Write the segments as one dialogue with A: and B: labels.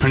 A: I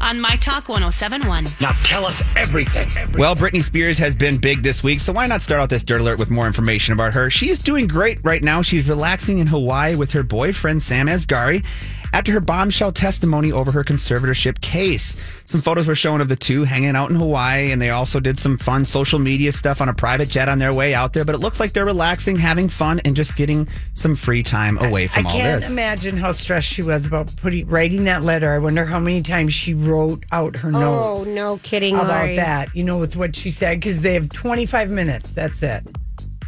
B: on My Talk 1071.
C: Now tell us everything.
D: Well, Britney Spears has been big this week, so why not start out this dirt alert with more information about her? She is doing great right now. She's relaxing in Hawaii with her boyfriend, Sam Asghari, after her bombshell testimony over her conservatorship case. Some photos were shown of the two hanging out in Hawaii, and they also did some fun social media stuff on a private jet on their way out there, but it looks like they're relaxing, having fun, and just getting some free time away from
E: I
D: all
E: can't
D: this.
E: imagine how stressed she was about putting writing that letter. I wonder how many times she wrote out her
F: Oh,
E: notes
F: no kidding,
E: about
F: Lori.
E: that. You know, with what she said, because they have 25 minutes. That's it.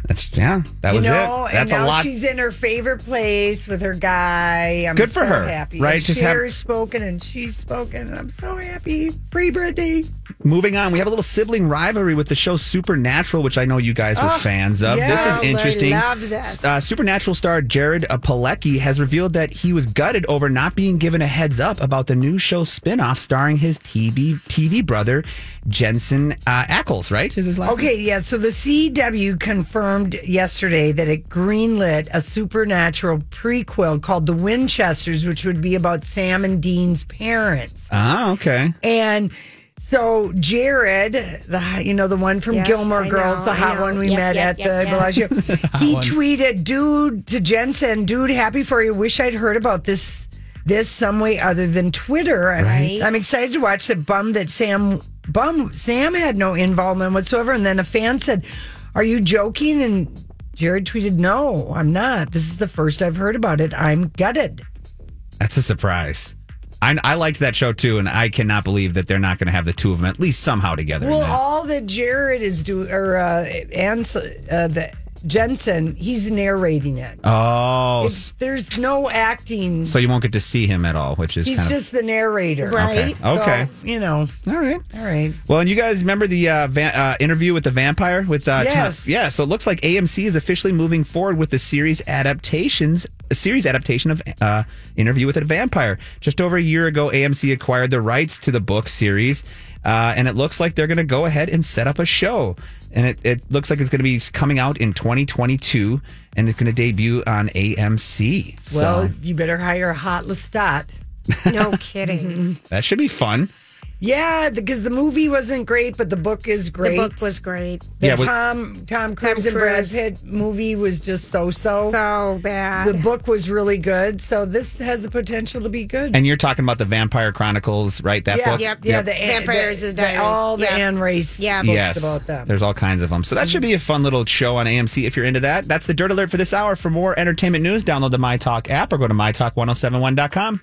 D: That's, yeah, that was
E: you know,
D: it. That's
E: and
D: a
E: now
D: lot.
E: She's in her favorite place with her guy. I'm
D: Good for
E: so
D: her,
E: Happy,
D: right?
E: And
D: Just have-
E: Cher's spoken and she's spoken. And I'm so happy. Free Britney.
D: Moving on, we have a little sibling rivalry with the show Supernatural, which I know you guys were fans of. Uh, this
E: Oh, yes.
D: is
F: I
D: interesting.
F: love this.
D: Uh, Supernatural star Jared uh, Padalecki has revealed that he was gutted over not being given a heads up about the new show spinoff starring his TV TV brother Jensen uh, Ackles. Right? Is his last name?
E: Okay, yeah. So the CW confirmed yesterday that it greenlit a supernatural prequel called The Winchesters, which would be about Sam and Dean's parents.
D: Ah, okay.
E: And so Jared, the you know the one from
F: Yes,
E: Gilmore
F: I
E: Girls,
F: know,
E: the
F: I
E: hot
F: know.
E: one we
F: Yep,
E: met
F: yep,
E: at
F: yep,
E: the
F: yep.
E: Bellagio, he tweeted, "Dude, to Jensen, dude, happy for you. Wish I'd heard about this this some way other than Twitter. I'm,
F: Right.
E: I'm excited to watch the bum that Sam bum Sam had no involvement whatsoever." And then a fan said, "Are you joking?" And Jared tweeted, "No, I'm not. This is the first I've heard about it. I'm gutted."
D: That's a surprise. I, I liked that show too, and I cannot believe that they're not going to have the two of them at least somehow together. in
E: Well, uh,
D: that.
E: all that Jared is doing, or uh, Ans- uh, the Jensen, he's narrating it.
D: oh, s-
E: There's no acting.
D: so you won't get to see him at all, which is
E: he's
D: kind of
E: just the narrator.
F: Right?
D: okay. Okay.
E: So, you know.
D: all right.
E: All right.
D: Well, and you guys remember the uh, va- uh, interview with the vampire with uh, Tom-
E: Yes.
D: yeah. So it looks like AMC is officially moving forward with the series adaptations, a series adaptation of uh, Interview with a Vampire. Just over a year ago, AMC acquired the rights to the book series, uh, and it looks like they're going to go ahead and set up a show. And it, it looks like it's going to be coming out in 2022, and it's going to debut on AMC. So
E: Well, you better hire a hot Lestat.
F: No kidding.
D: that should be fun.
E: Yeah, because the movie wasn't great, but the book is
F: the
E: great.
F: book was great.
E: The
D: Yeah, but-
E: Tom Tom Cruise and Brad
F: Cruise.
E: Pitt movie was just so-so.
F: So bad.
E: Oh. the book was really good, so this has the potential to be good.
D: And you're talking about the Vampire Chronicles, right? That
E: yeah,
D: book.
E: yeah,
F: Yep.
E: yeah, the
F: Vampires
E: the,
F: and
E: the,
F: Diaries.
E: all the
F: Yep.
E: Anne Race
F: Yeah.
E: books
D: yes,
E: about them.
D: There's all kinds of them. So that should be a fun little show on AMC if you're into that. oh That's the Dirt Alert for this hour. For more entertainment news, download the My Talk app or go to mytalk1071.com.